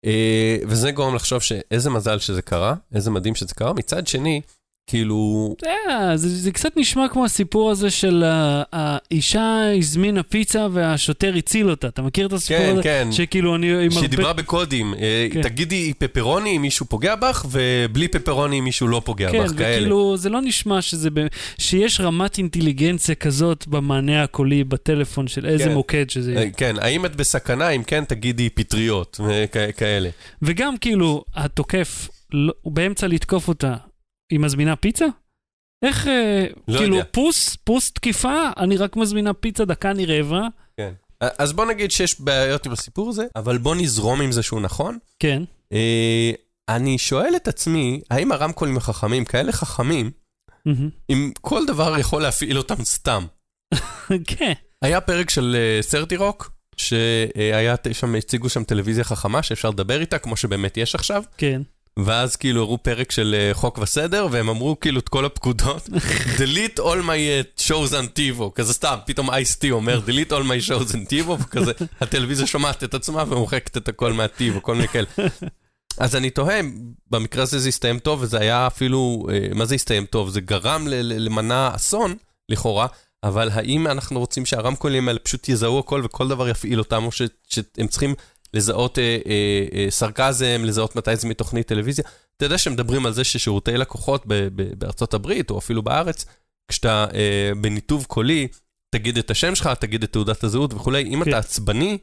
B: אה, וזה גורם לחשוב שאיזה מזל שזה קרה, איזה מדהים שזה קרה. מצד שני, כאילו,
A: זה היה- זה זה קצת נשמע כמו הסיפור הזה של ה- האישה הזמינה פיצה והשוטר הציל אותה. אתה מכיר את הסיפור
B: כן,
A: הזה?
B: כן.
A: שכאילו אני עם
B: שהיא
A: הרבה...
B: דיברה בקודים, אה,
A: כן.
B: תגידי פפרוני אם מישהו פוגע בך, ובלי פפרוני אם מישהו לא פוגע
A: כן,
B: בך, כאלה.
A: וכאילו, זה לא נשמע שזה... ב- שיש רמת אינטליגנציה כזאת במענה הקולי בטלפון של איזה
B: כן.
A: מוקד שזה יהיה.
B: אה, כן, האם את בסכנה? אם כן, תגידי פטריות, אה, כ- כאלה.
A: וגם כאילו, התוקף, לא- הוא באמצע לתקוף אותה, היא מזמינה פיצה? איך, אה,
B: לא
A: כאילו,
B: יודע.
A: פוס, פוס תקיפה, אני רק מזמינה פיצה, דקה אני רעבה?
B: אה, אז בוא נגיד שיש בעיות עם הסיפור הזה, אבל בוא נזרום עם זה שהוא נכון.
A: כן.
B: אה, אני שואל את עצמי, האם הרמקולים החכמים, כאלה חכמים,
A: מהמם.
B: אם כל דבר יכול להפעיל אותם סתם?
A: כן.
B: היה פרק של אה, סרטי רוק, שהיה אה, שם, הציגו שם טלוויזיה חכמה שאפשר לדבר איתה, כמו שבאמת יש עכשיו,
A: כן.
B: ואז כאילו הראו פרק של אה, חוק וסדר, והם אמרו כאילו את כל הפקודות, delete all my uh, shows on TiVo, כזה סתם, פתאום IST אומר, delete all my shows on TiVo, וכזה, הטלוויזיה שומעת את עצמה ומוחקת את הכל מה-TiVo, כל מיני כאלה. אז אני תוהה, במקרה הזה זה הסתיים טוב, וזה היה אפילו, אה, מה זה הסתיים טוב? זה גרם ל- ל- למנע אסון, לכאורה, אבל האם אנחנו רוצים שהרמקולים האלה פשוט יזהו הכל וכל דבר יפעיל אותם, או ש- שהם צריכים לזהות אה, אה, אה, סרקזם, לזהות מתי זה מתוכנית טלוויזיה? אתה יודע שמדברים על זה ששירותי לקוחות ב- ב- בארצות הברית, או אפילו בארץ, כשאתה אה, בניתוב קולי, תגיד את השם שלך, תגיד את תעודת הזהות וכולי, אם
A: כן.
B: אתה עצבני,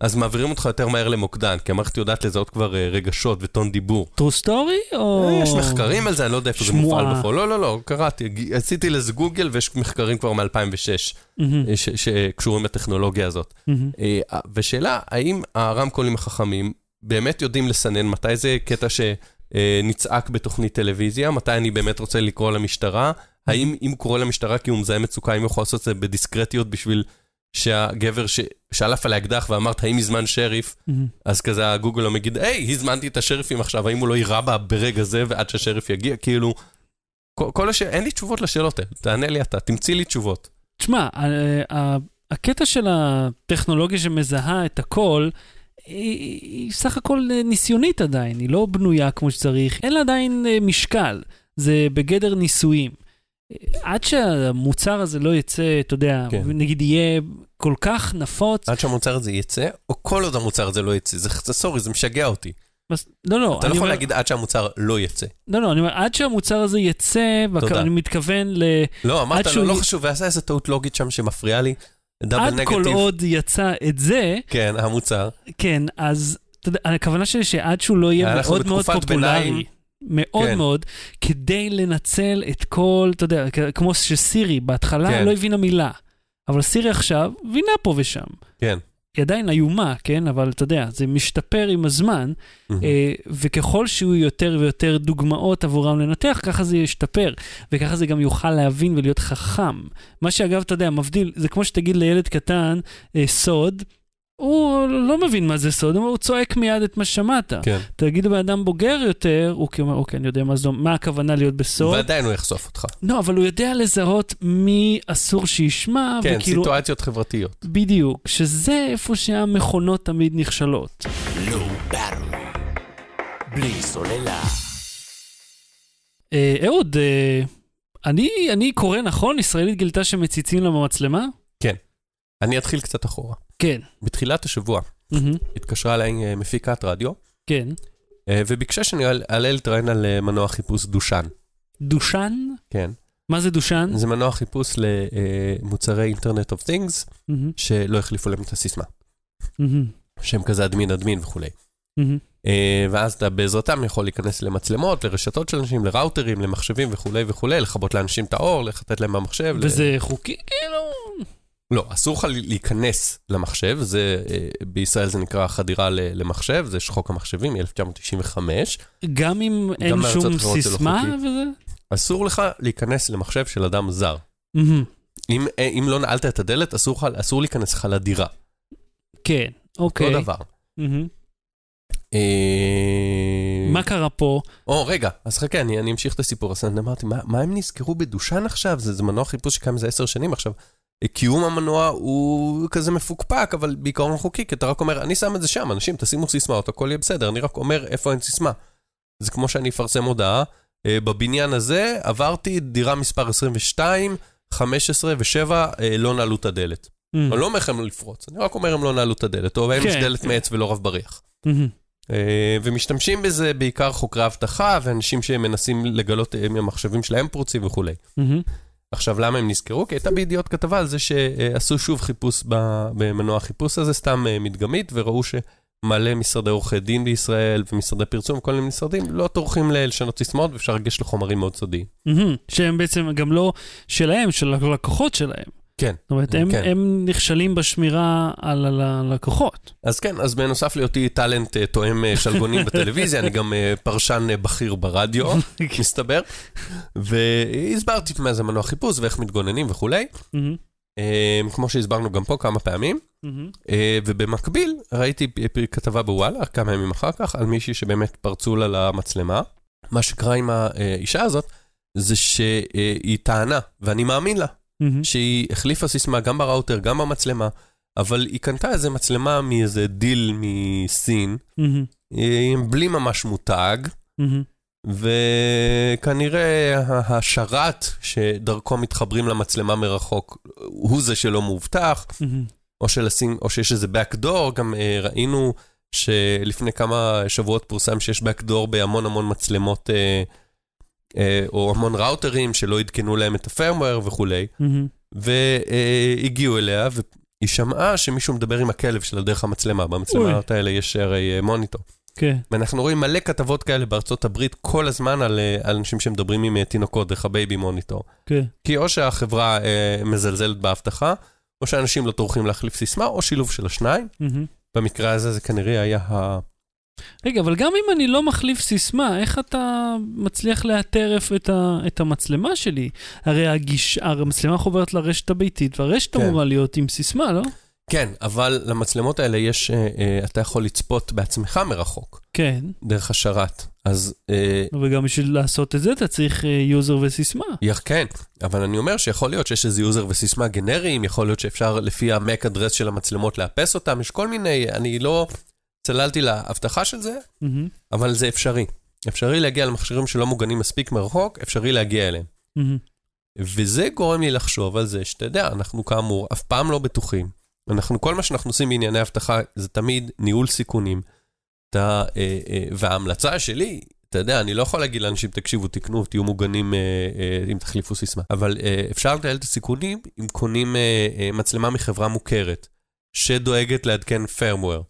B: אז מעבירים אותך יותר מהר למוקדן, כי המערכת יודעת לזהות כבר אה, רגשות וטון דיבור. אה,
A: true story או...
B: יש מחקרים על זה, אני לא יודע איפה זה
A: שמועה.
B: מופעל בפועל. לא, לא, לא, קראתי, ג- עשיתי לזה גוגל ויש מחקרים כבר אה, מ-2006
A: מהמם,
B: שקשורים לטכנולוגיה הזאת.
A: מהמם.
B: אה, ושאלה, האם הרמקולים החכמים באמת יודעים לסנן מתי זה קטע שנצעק בתוכנית טלוויזיה, מתי אני באמת רוצה לקרוא למשטרה? האם אם קורא למשטרה כי הוא מזהה מצוקה, האם הוא יכול לעשות את זה בדיסקרטיות בשביל שהגבר ש- שעלף על האקדח ואמרת, האם הזמן שריף?
A: מהמם.
B: אז כזה הגוגל לא מגיד, היי, הזמנתי את השריפים עכשיו, האם הוא לא יירה בה ברגע זה ועד שהשריף יגיע? כאילו, כל, כל השאלה, אין לי תשובות לשאלות האלה, תענה לי אתה, תמציא לי תשובות.
A: תשמע, ה- ה- הקטע של הטכנולוגיה שמזהה את הכל, היא, היא סך הכל אה, ניסיונית עדיין, היא לא בנויה כמו שצריך, אין לה עדיין אה, משקל, זה בגדר ניסויים. עד שהמוצר הזה לא יצא, אתה יודע,
B: כן. אה?
A: נגיד יהיה כל כך נפוץ,
B: עד שהמוצר הזה יצא, או כל עוד המוצר הזה לא יצא. זה, זה סורי, זה משגע אותי.
A: אז- לא, לא,
B: אתה לא
A: אני
B: יכול
A: אומר-
B: להגיד עד שהמוצר לא יצא.
A: לא, לא, אני אומר, עד שהמוצר הזה יצא, בכ-
B: תודה.
A: אני מתכוון ל...
B: לא, אמרת
A: שהוא
B: לו, לא
A: י-
B: חשוב, ועשה איזה טעות לוגית שם שמפריעה לי. דאבל
A: עד כל
B: נגטיב.
A: עוד יצא את זה,
B: כן, המוצר.
A: כן, אז אתה יודע, הכוונה שלי שעד שהוא לא יהיה
B: אנחנו
A: מאוד מאוד
B: בתקופת
A: פופולרי,
B: ביניים.
A: מאוד
B: כן.
A: מאוד, כדי לנצל את כל, אתה יודע, כ- כמו שסירי בהתחלה
B: כן.
A: לא הבינה מילה, אבל סירי עכשיו הבינה פה ושם.
B: כן.
A: היא עדיין איומה, כן? אבל אתה יודע, זה משתפר עם הזמן, אה, וככל שיהיו יותר ויותר דוגמאות עבורם לנתח, ככה זה ישתפר, וככה זה גם יוכל להבין ולהיות חכם. מה שאגב, אתה יודע, מבדיל, זה כמו שתגיד לילד קטן, אה, סוד, הוא לא מבין מה זה סוד, הוא צועק מיד את מה שמעת.
B: כן.
A: תגיד לבן אדם בוגר יותר, הוא כאילו אומר, אוקיי, אני יודע מה, זו, מה הכוונה להיות בסוד.
B: ועדיין הוא יחשוף אותך.
A: לא, אבל הוא יודע לזהות מי אסור שישמע,
B: כן,
A: וכאילו,
B: סיטואציות חברתיות.
A: בדיוק, שזה איפה שהמכונות תמיד נכשלות.
C: Low Battery. לא בלי סוללה.
A: אה, אהוד, אה, אני, אני קורא נכון, ישראלית גילתה שמציצים לה במצלמה?
B: אני אתחיל קצת אחורה.
A: כן.
B: בתחילת השבוע
A: מהמם,
B: התקשרה אליי אה, מפיקת רדיו,
A: כן.
B: אה, וביקשה שאני אעל- אעלה להתראיין על אה, מנוע חיפוש דושן.
A: דושן?
B: כן.
A: מה זה דושן?
B: זה מנוע חיפוש למוצרי אינטרנט אוף תינגס,
A: מהמם,
B: שלא החליפו להם את הסיסמה.
A: מהמם,
B: שהם כזה אדמין אדמין וכולי.
A: מהמם.
B: אה, ואז אתה בעזרתם יכול להיכנס למצלמות, לרשתות של אנשים, לראוטרים, למחשבים וכולי וכולי, לכבות לאנשים את האור, לחטט להם במחשב. ל-
A: וזה חוקי, כאילו?
B: לא, אסור לך להיכנס למחשב, זה, אה, בישראל זה נקרא חדירה ל- למחשב, זה חוק המחשבים מ-1995.
A: גם אם אין
B: בארצות
A: שום
B: אחרות זה לא
A: סיסמה
B: חוקי.
A: וזה?
B: אסור לך להיכנס למחשב של אדם זר.
A: מהמם,
B: אם, אה, אם לא נעלת את הדלת, אסור, לך- אסור להיכנס לך לדירה.
A: כן,
B: אותו
A: אוקיי.
B: דבר.
A: מהמם.
B: אה,
A: מה קרה פה?
B: או, רגע, אז חכה, אני, אני אמשיך את הסיפור. אז אני אמרתי, מה, מה הם נזכרו בדושן עכשיו? זה, זה מנוע חיפוש שקיים איזה עשר שנים עכשיו. קיום המנוע הוא כזה מפוקפק, אבל בעיקרון חוקי, כי אתה רק אומר, אני שם את זה שם, אנשים, תשימו סיסמאות, הכל יהיה בסדר, אני רק אומר איפה אין סיסמה. זה כמו שאני אפרסם הודעה, אה, בבניין הזה עברתי דירה מספר 22, 15 ו-7, אה, לא נעלו את הדלת.
A: מהמם,
B: אני לא אומר לכם לפרוץ, אני רק אומר, הם לא נעלו את הדלת, או הם
A: Mm-hmm.
B: יש
A: כן.
B: דלת מעץ ולא רב בריח.
A: מהמם,
B: אה, ומשתמשים בזה בעיקר חוקרי אבטחה ואנשים שמנסים לגלות אה, מהמחשבים שלהם פרוצים וכולי.
A: מהמם.
B: עכשיו, למה הם נזכרו? כי הייתה בידיעות כתבה על זה שעשו שוב חיפוש ב- במנוע החיפוש הזה, סתם אה, מדגמית, וראו שמלא משרדי עורכי דין בישראל ומשרדי פרסום וכל מיני משרדים לא טורחים ל- לשנות סיסמאות ואפשר לגשת לחומרים מאוד סודיים.
A: מהמם, שהם בעצם גם לא שלהם, של הלקוחות שלהם.
B: כן.
A: זאת אומרת, הם,
B: כן.
A: הם נכשלים בשמירה על על הלקוחות.
B: אז כן, אז בנוסף להיותי טאלנט אה, תואם אה, שלגונים בטלוויזיה, אני גם אה, פרשן אה, בכיר ברדיו, מסתבר. והסברתי מה זה מנוע חיפוש ואיך מתגוננים וכולי.
A: מהמם,
B: אה, כמו שהסברנו גם פה כמה פעמים,
A: מהמם,
B: אה, ובמקביל ראיתי פ- פ- כתבה בוואלה כמה ימים אחר כך על מישהי שבאמת פרצו לה למצלמה. מה שקרה עם האישה הזאת זה שהיא טענה, ואני מאמין לה,
A: מהמם.
B: שהיא החליפה סיסמה גם בראוטר, גם במצלמה, אבל היא קנתה איזה מצלמה מאיזה דיל מסין,
A: מהמם,
B: אה, בלי ממש מותג,
A: מהמם.
B: וכנראה ה- השרת שדרכו מתחברים למצלמה מרחוק הוא זה שלא מאובטח,
A: מהמם.
B: או, שלשים, או שיש איזה backdoor, גם אה, ראינו שלפני כמה שבועות פורסם שיש backdoor בהמון המון מצלמות, אה, אה, או המון ראוטרים שלא עדכנו להם את הפרמוור וכולי,
A: מהמם.
B: והגיעו אליה, והיא שמעה שמישהו מדבר עם הכלב שלה דרך המצלמה, במצלמות האלה יש הרי אה, מוניטור.
A: כן.
B: ואנחנו רואים מלא כתבות כאלה בארצות הברית כל הזמן על, אה, על אנשים שמדברים עם אה, תינוקות דרך הבייבי מוניטור.
A: כן.
B: כי או שהחברה אה, מזלזלת באבטחה, או שאנשים לא טורחים להחליף סיסמה, או שילוב של השניים.
A: מהמם.
B: במקרה הזה זה כנראה היה ה...
A: רגע, אבל גם אם אני לא מחליף סיסמה, איך אתה מצליח לאתר איפה את, ה, את המצלמה שלי? הרי הגיש, המצלמה חוברת לרשת הביתית, והרשת
B: כן.
A: אמורה להיות עם סיסמה, לא?
B: כן, אבל למצלמות האלה יש, אה, אה, אתה יכול לצפות בעצמך מרחוק,
A: כן.
B: דרך השרת. אז אה,
A: וגם בשביל לעשות את זה אתה צריך אה, יוזר וסיסמה.
B: יח, כן, אבל אני אומר שיכול להיות שיש איזה יוזר וסיסמה גנריים, יכול להיות שאפשר לפי המק אדרס של המצלמות לאפס אותם, יש כל מיני, אני לא צללתי לאבטחה של זה,
A: מהמם,
B: אבל זה אפשרי. אפשרי להגיע למכשירים שלא מוגנים מספיק מרחוק, אפשרי להגיע אליהם.
A: מהמם.
B: וזה גורם לי לחשוב על זה, שאתה יודע, אנחנו כאמור אף פעם לא בטוחים. אנחנו, כל מה שאנחנו עושים בענייני אבטחה זה תמיד ניהול סיכונים. אתה, אה, אה, וההמלצה שלי, אתה יודע, אני לא יכול להגיד לאנשים, תקשיבו, תקנו, תהיו מוגנים אה, אה, אם תחליפו סיסמה. אבל אה, אפשר לנהל את הסיכונים אם קונים אה, אה, מצלמה מחברה מוכרת, שדואגת לעדכן firmware,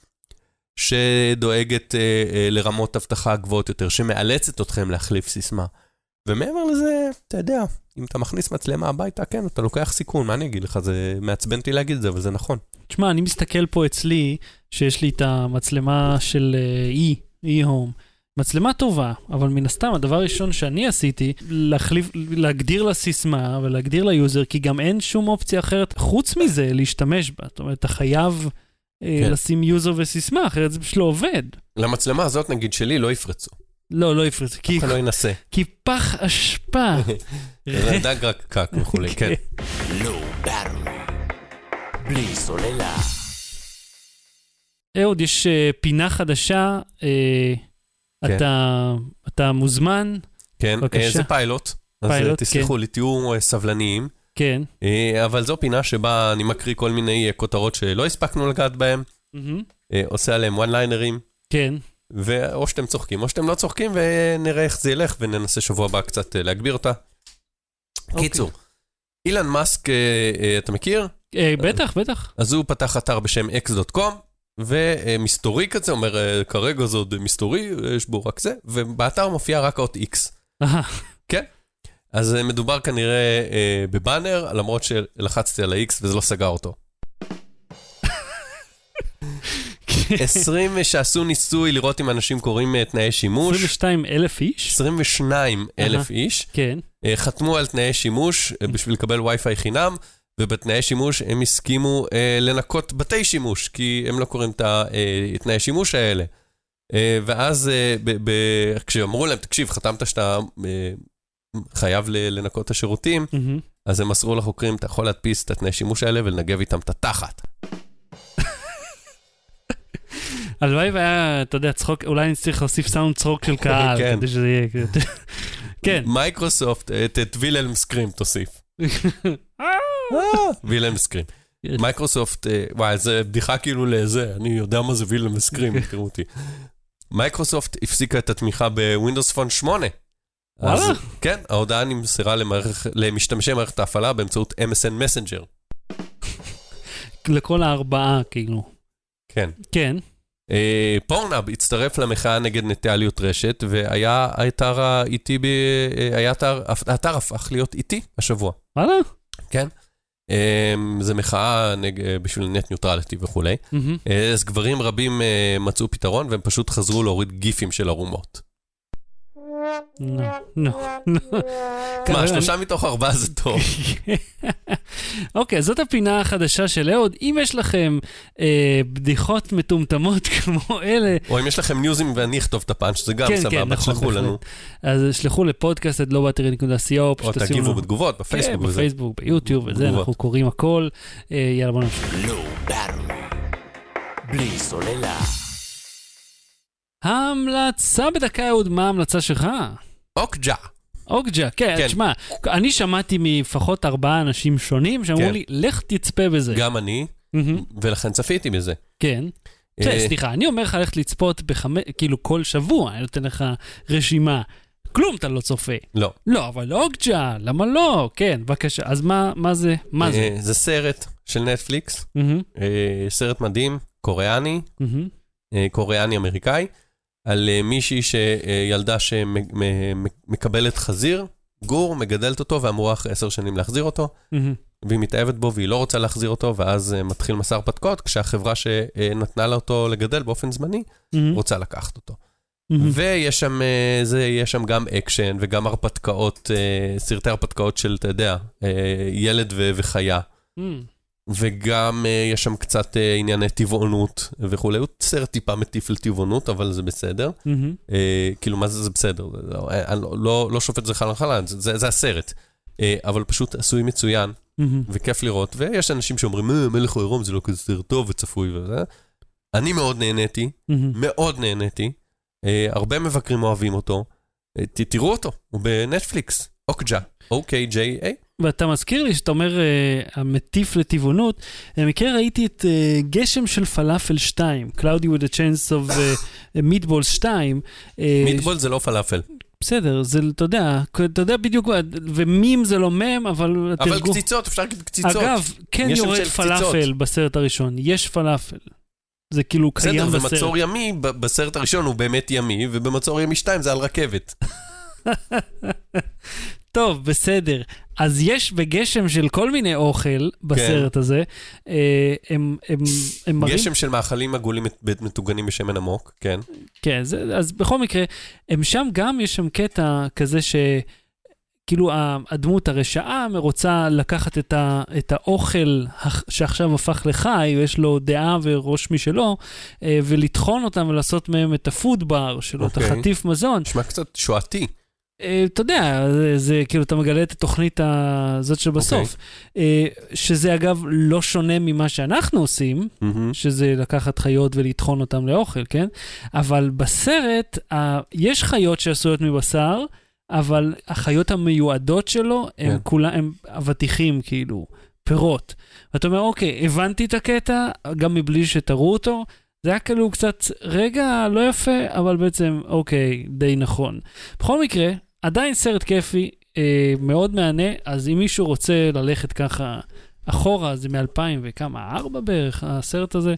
B: שדואגת אה, אה, לרמות אבטחה גבוהות יותר, שמאלצת אתכם להחליף סיסמה. ומעבר לזה, אתה יודע, אם אתה מכניס מצלמה הביתה, כן, אתה לוקח סיכון, מה אני אגיד לך? זה מעצבן אותי להגיד את זה, אבל זה נכון.
A: תשמע, אני מסתכל פה אצלי, שיש לי את המצלמה של אה, אי, אי הום. מצלמה טובה, אבל מן הסתם, הדבר הראשון שאני עשיתי, להחליף, להגדיר לה סיסמה ולהגדיר ליוזר, כי גם אין שום אופציה אחרת חוץ מזה להשתמש בה. זאת אומרת, אתה חייב אה,
B: כן.
A: לשים יוזר וסיסמה, אחרת זה פשוט לא עובד.
B: למצלמה הזאת, נגיד, שלי, לא יפרצו.
A: לא, לא הפריץ, כי,
B: אתה לא ינסה.
A: כי פח אשפה.
B: רדג רק קק וכולי, כן.
C: לא ברור. בלי סוללה.
A: אהוד, יש אה, פינה חדשה, אה,
B: כן.
A: אתה, אתה מוזמן,
B: כן,
A: בבקשה.
B: אה, זה פיילוט. אז אה,
A: פיילוט,
B: תסלחו לי, תהיו אה, סבלניים.
A: כן.
B: אה, אבל זו פינה שבה אני מקריא כל מיני אה, כותרות שלא הספקנו לגעת בהן,
A: מהמם.
B: אה, עושה עליהן וואן ליינרים,
A: כן,
B: ואו שאתם צוחקים או שאתם לא צוחקים, ונראה איך זה ילך, וננסה שבוע הבא קצת אה, להגביר אותה.
A: אוקיי.
B: קיצור, אילן מאסק, אה, אה, אתה מכיר?
A: אה, בטח, בטח.
B: אז הוא פתח אתר בשם x.com, ומסתורי כזה, אומר, אה, כרגע זה עוד מסתורי, יש בו רק זה, ובאתר מופיע רק האות x.
A: אהה,
B: אז אה, מדובר כנראה אה, בבאנר, למרות שלחצתי על ה-X וזה לא סגר אותו. כן, 20 שעשו ניסוי לראות אם אנשים קוראים אה, תנאי שימוש,
A: 22 אלף איש?
B: 22 אלף איש,
A: כן.
B: אה, חתמו על תנאי שימוש אה, בשביל לקבל וי-פיי חינם, ובתנאי שימוש הם הסכימו אה, לנקות בתי שימוש, כי הם לא קוראים את התנאי שימוש האלה. אה, ואז אה, ב- ב- כשאמרו להם, תקשיב, חתמת שאתה אה, חייב ל- לנקות את השירותים,
A: מהמם.
B: אז הם מסרו לחוקרים, אתה יכול להדפיס את התנאי שימוש האלה ולנגב איתם את התחת.
A: הלוואי והיה, אתה יודע, צחוק, אולי אני צריך להוסיף סאונד צחוק של קהל,
B: כן.
A: כדי שזה יהיה... כזה. כן.
B: מייקרוסופט, אה, את, את וילם סקרים תוסיף. וילם סקרים.
A: כן.
B: מייקרוסופט, אה, וואי, זה בדיחה כאילו לזה, אני יודע מה זה וילם סקרים, תראו אותי. מייקרוסופט הפסיקה את התמיכה בווינדוס פון 8. אז-
A: וואלה.
B: כן, ההודעה נמסרה למערכ- למשתמשי מערכת ההפעלה באמצעות MSN Messenger.
A: לכל הארבעה, כאילו.
B: כן.
A: כן.
B: אה, פורנאב הצטרף למחאה נגד ניטליות רשת, והיה אתר האיטי, ב... אה, היה אתר, האתר הפך להיות איטי השבוע.
A: וואלה?
B: אה, זה מחאה נג... אה, בשביל נט ניוטרליטי וכולי.
A: מהמם.
B: אה, אז גברים רבים אה, מצאו פתרון, והם פשוט חזרו להוריד גיפים של ערומות.
A: לא, לא, לא.
B: מה,
A: אני-
B: שלושה מתוך ארבעה זה טוב.
A: אוקיי, אז זאת הפינה החדשה של אהוד. אם יש לכם אה, בדיחות מטומטמות כמו אלה,
B: או אם יש לכם ניוזים ואני אכתוב את הפאנץ', זה גם
A: כן, כן,
B: סבבה,
A: נכון,
B: תשלחו
A: בהחלט.
B: לנו.
A: אז שלחו לפודקאסט את לא באתרי.co,
B: או
A: פשוט תשימו
B: תגיבו
A: לנו-
B: בתגובות, בפייסבוק
A: כן,
B: וזה.
A: בפייסבוק, ביוטיוב, וזה,
B: בתגובות.
A: אנחנו קוראים הכל. אה, יאללה, בוא נמשיך.
C: לא ברור. בלי סוללה.
A: ההמלצה בדקה, אהוד, מה ההמלצה שלך?
B: אוקג'ה.
A: אוגג'ה, כן,
B: כן.
A: תשמע, אני שמעתי מלפחות ארבעה אנשים שונים שאמרו
B: כן.
A: לי, לך תצפה בזה.
B: גם אה, אני,
A: מהמם,
B: ולכן צפיתי בזה.
A: כן. תראה,
B: אה,
A: סליחה, אני אומר לך ללכת לצפות בחמש, כאילו כל שבוע, אני נותן לך רשימה. כלום אתה לא צופה.
B: לא.
A: לא, אבל אוגג'ה, למה לא? כן, בבקשה. אז מה, מה זה? מה זה?
B: אה, זה סרט של נטפליקס,
A: מהמם,
B: אה, סרט מדהים, קוריאני,
A: מהמם,
B: אה, קוריאני-אמריקאי, על אה, מישהי שילדה שמקבלת חזיר, גור, מגדלת אותו ואמורה אחרי עשר שנים להחזיר אותו,
A: מהמם.
B: והיא מתאהבת בו והיא לא רוצה להחזיר אותו, ואז אה, מתחיל מסע הרפתקאות, כשהחברה שנתנה לה אותו לגדל באופן זמני,
A: מהמם,
B: רוצה לקחת אותו.
A: מהמם.
B: ויש שם, אה, זה, יש שם גם אקשן וגם הרפתקאות, אה, סרטי הרפתקאות של, אתה יודע, אה, ילד ו- וחיה.
A: מהמם.
B: וגם אה, יש שם קצת אה, ענייני טבעונות וכולי. הוא סרט טיפה מטיף לטבעונות, אבל זה בסדר.
A: מהמם.
B: אה, כאילו, מה זה, זה בסדר. זה לא, אה, אני לא, לא, לא שופט את זה חלן חלן, זה, זה, זה הסרט. אה, אבל פשוט עשוי מצוין,
A: מהמם.
B: וכיף לראות. ויש אנשים שאומרים, אה, מלך הוא עירום, זה לא כזה סרט טוב וצפוי וזה. אני מאוד נהניתי,
A: מהמם.
B: מאוד נהניתי. אה, הרבה מבקרים אוהבים אותו. אה, ת- תראו אותו, הוא בנטפליקס. אוקג'ה, אוקיי, O-K-J-A.
A: ואתה מזכיר לי שאתה אומר אה, המטיף לטבעונות, במקרה ראיתי את אה, גשם של פלאפל 2, Cloudy with a Chance of אה, Meatballs 2. אה,
B: מיטבול זה לא פלאפל,
A: בסדר, זה, אתה יודע, אתה יודע בדיוק, ומים זה לא מם, אבל...
B: אבל
A: התרגום-
B: קציצות, אפשר להגיד קציצות.
A: אגב, כן
B: יש שם
A: יורד
B: של קציצות.
A: פלאפל בסרט הראשון, יש פלאפל. זה כאילו
B: בסדר,
A: קיים בסרט.
B: ומצור ימי, ב- בסרט הראשון הוא באמת ימי, ובמצור ימי 2 זה על רכבת.
A: טוב, בסדר. אז יש בגשם של כל מיני אוכל בסרט הזה, אה, הם, הם, הם מראים...
B: גשם של מאכלים עגולים מת- מטוגנים בשמן עמוק, כן.
A: כן, זה, אז בכל מקרה, הם שם גם, יש שם קטע כזה ש... כאילו ה- הדמות הרשעה רוצה לקחת את, ה, את האוכל הח- שעכשיו הפך לחי, ויש לו דעה וראש משלו, אה, ולטחון אותם ולעשות מהם את הפוד בר שלו, את
B: אוקיי.
A: החטיף מזון.
B: נשמע קצת שואתי.
A: אה, אתה יודע, זה, זה כאילו, אתה מגלה את התוכנית הזאת שבסוף. אה, שזה אגב לא שונה ממה שאנחנו עושים,
B: Mm-hmm.
A: שזה לקחת חיות ולטחון אותן לאוכל, כן? אבל בסרט, ה... יש חיות שעשויות מבשר, אבל החיות המיועדות שלו, הם
B: כן.
A: כן. כולם, הם אבטיחים, כאילו, פירות. ואתה אומר, אוקיי, הבנתי את הקטע, גם מבלי שתראו אותו. זה היה כאילו קצת, רגע, לא יפה, אבל בעצם, אוקיי, די נכון. בכל מקרה, עדיין סרט כיפי, אה, מאוד מהנה, אז אם מישהו רוצה ללכת ככה אחורה, זה מ-2000 וכמה, ארבע בערך, הסרט הזה,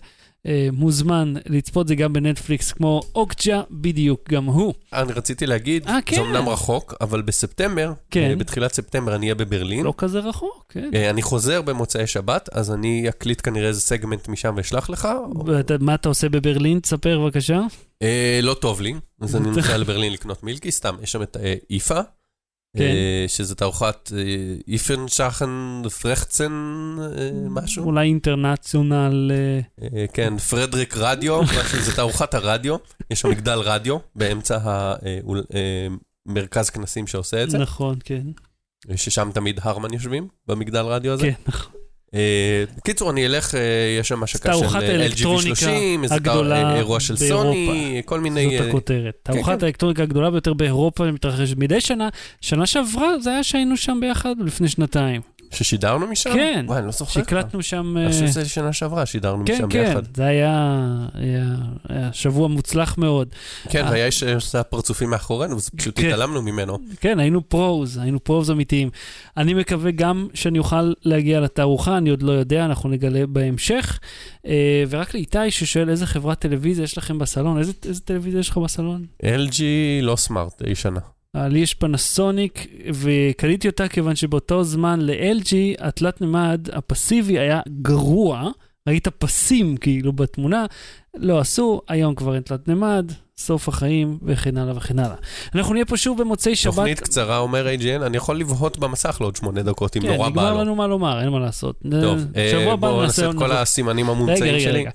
A: אה, מוזמן לצפות זה גם בנטפליקס, כמו אוקצ'ה, בדיוק, גם הוא.
B: אני רציתי להגיד,
A: אה, כן.
B: זה אמנם רחוק, אבל בספטמבר,
A: כן.
B: אה, בתחילת ספטמבר אני אהיה בברלין.
A: לא כזה רחוק, כן.
B: אה, אני חוזר במוצאי שבת, אז אני אקליט כנראה איזה סגמנט משם ואשלח לך. או-
A: ואתה- מה אתה עושה בברלין? תספר בבקשה.
B: כן. אה, לא טוב לי, אז אני נוסע לברלין לקנות מילקי, סתם, יש שם את אה, איפה.
A: כן.
B: אה, שזה תערוכת אה, איפן שחן פרחצן אה, משהו.
A: אולי אינטרנציונל... אה,
B: אה, כן, פרדריק רדיו, משהו, זה תערוכת הרדיו, יש שם מגדל רדיו באמצע אה, המרכז כנסים שעושה את זה,
A: נכון, כן.
B: ששם תמיד הרמן יושבים, במגדל רדיו הזה.
A: כן, נכון.
B: אה, קיצור, אני אלך, אה, יש שם השקה של
A: תערוכת
B: אה, LG
A: האלקטרוניקה
B: V30, איזה תע-
A: הגדולה
B: אה, אירוע של
A: באירופה.
B: סוני, כל מיני...
A: זאת
B: אה,
A: הכותרת.
B: כן.
A: תערוכת האלקטרוניקה הגדולה ביותר באירופה מתרחשת מדי שנה. שנה שעברה זה היה שהיינו שם ביחד לפני שנתיים.
B: ששידרנו משם?
A: כן.
B: וואי, אני לא זוכר.
A: שהקלטנו שם...
B: אני חושב
A: אה,
B: שזה שנה שעברה, שידרנו
A: כן,
B: משם
A: כן,
B: ביחד.
A: זה היה, היה, היה שבוע מוצלח מאוד.
B: כן,
A: אה.
B: והיה איש שעשה פרצופים מאחורינו, אז פשוט
A: כן.
B: התעלמנו ממנו.
A: כן, היינו פרוז, היינו פרוז אמיתיים. אני מקווה גם שאני אוכל להגיע לתערוכה, אני עוד לא יודע, אנחנו נגלה בהמשך. אה, ורק לאיתי ששואל איזה חברת טלוויזיה יש לכם בסלון, איזה, איזה טלוויזיה יש לך בסלון?
B: LG לא סמארט, אי שנה.
A: אה, לי יש פנסוניק, וקניתי אותה כיוון שבאותו זמן ל-LG התלת מימד הפסיבי היה גרוע. ראית פסים כאילו בתמונה, לא עשו, היום כבר אין תלת מימד, סוף החיים וכן הלאה וכן הלאה. אנחנו נהיה פה שוב במוצאי שבת.
B: תוכנית קצרה, אומר AGN, אני יכול לבהות במסך לעוד שמונה דקות, אם נורא בא
A: כן, נגמר
B: לו.
A: לנו מה לומר, אין מה לעשות.
B: טוב, אה,
A: שבוע הבא
B: בואו
A: נעשה
B: נעשה את
A: עוד
B: כל
A: נבוא-
B: הסימנים
A: רגע,
B: המומצאים
A: רגע,
B: שלי.
A: רגע.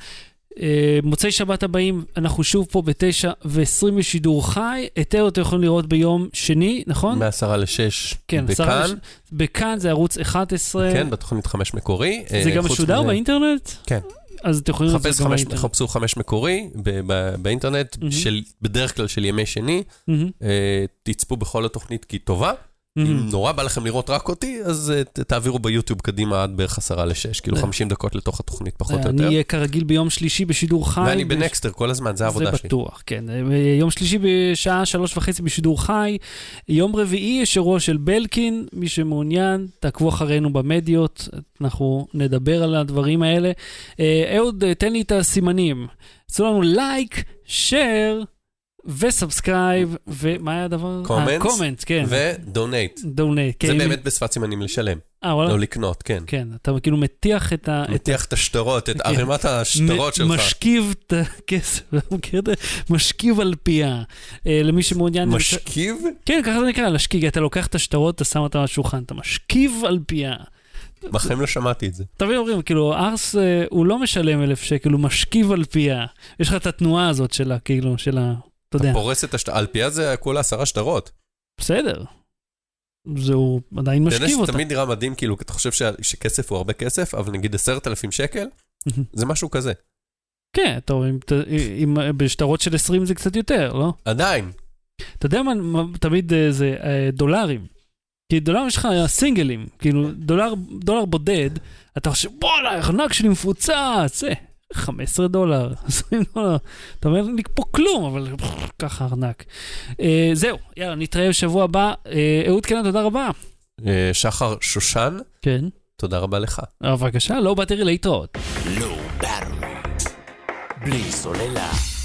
A: אה, מוצאי שבת הבאים, אנחנו שוב פה בתשע ועשרים בשידור חי. את אהוד אתם יכולים לראות ביום שני, נכון?
B: מעשרה לשש
A: כן,
B: בכאן.
A: שרה- בכאן זה ערוץ 11.
B: כן, בתוכנית חמש מקורי.
A: זה
B: אה,
A: גם
B: חוץ
A: משודר
B: מזה-
A: באינטרנט?
B: כן.
A: אז אתם יכולים לראות את
B: חפש
A: זה גם
B: חמש-
A: באינטרנט.
B: חפשו חמש מקורי ב- ב- באינטרנט,
A: מהמם.
B: של- בדרך כלל של ימי שני.
A: מהמם,
B: אה, תצפו בכל התוכנית כי היא טובה.
A: מהמם.
B: אם נורא בא לכם לראות רק אותי, אז אה, ת- תעבירו ביוטיוב קדימה עד בערך עשרה לשש, כאילו
A: אה.
B: 50 דקות לתוך התוכנית פחות
A: אני
B: או יותר.
A: אהיה כרגיל ביום שלישי בשידור חי.
B: ואני
A: בש-
B: בנקסטר כל הזמן, זה העבודה
A: זה
B: שלי.
A: בטוח, כן. יום שלישי בשעה שלוש וחצי בשידור חי. יום רביעי יש אירוע של בלקין, מי שמעוניין, תעקבו אחרינו במדיות, אנחנו נדבר על הדברים האלה. אה, אהוד, אה, תן לי את הסימנים. עשו לנו לייק, שייר וסאבסקרייב, ומה היה הדבר? אה,
B: Comments.
A: קומנט, כן.
B: ודונייט.
A: דונט. כן,
B: זה
A: אם-
B: באמת בשפת סימנים לשלם,
A: אה, וואלה.
B: לא לקנות, כן.
A: כן, אתה כאילו מטיח את ה... את
B: מטיח את השטרות, את
A: כן.
B: ערימת השטרות
A: מ-
B: שלך.
A: משכיב את הכסף, אתה מכיר את זה? משכיב על פיה. אה, למי שמעוניין...
B: משכיב?
A: כן, ככה זה נקרא, להשכיג. אתה לוקח את השטרות, אתה שם אותם על השולחן, אתה משכיב על פיה.
B: בחיים לא שמעתי את זה.
A: תמיד אומרים, כאילו, ארס אה, הוא לא משלם אלף שקל, הוא משכיב על פיה. יש לך את התנועה הזאת שלה, כאילו, של ה... אתה יודע.
B: פורס את השטרות, על פיה זה כולה עשרה שטרות. בסדר.
A: בסדר. זה הוא עדיין משכיב
B: זה
A: אותה.
B: תמיד נראה מדהים, כאילו, כי אתה חושב שה- שכסף הוא הרבה כסף, אבל נגיד עשרת אלפים שקל, זה משהו כזה.
A: כן, אתה רואה, אם ת- אם- בשטרות של 20 זה קצת יותר, לא?
B: עדיין.
A: אתה יודע מה, מה- תמיד אה, זה אה, דולרים. כי דולר יש לך סינגלים, כאילו דולר, דולר בודד, אתה חושב, בואנה, הארנק שלי מפוצץ, זה, 15 דולר, 20 דולר, אתה אומר, אין לי פה כלום, אבל ככה ארנק. אה, זהו, יאללה, נתראה בשבוע הבא. אה, אהוד קנן, תודה רבה.
B: אה, שחר שושן,
A: כן.
B: תודה רבה לך.
A: אה, בבקשה, לא באתי להתראות.
C: Lou Barrel, בלי סוללה.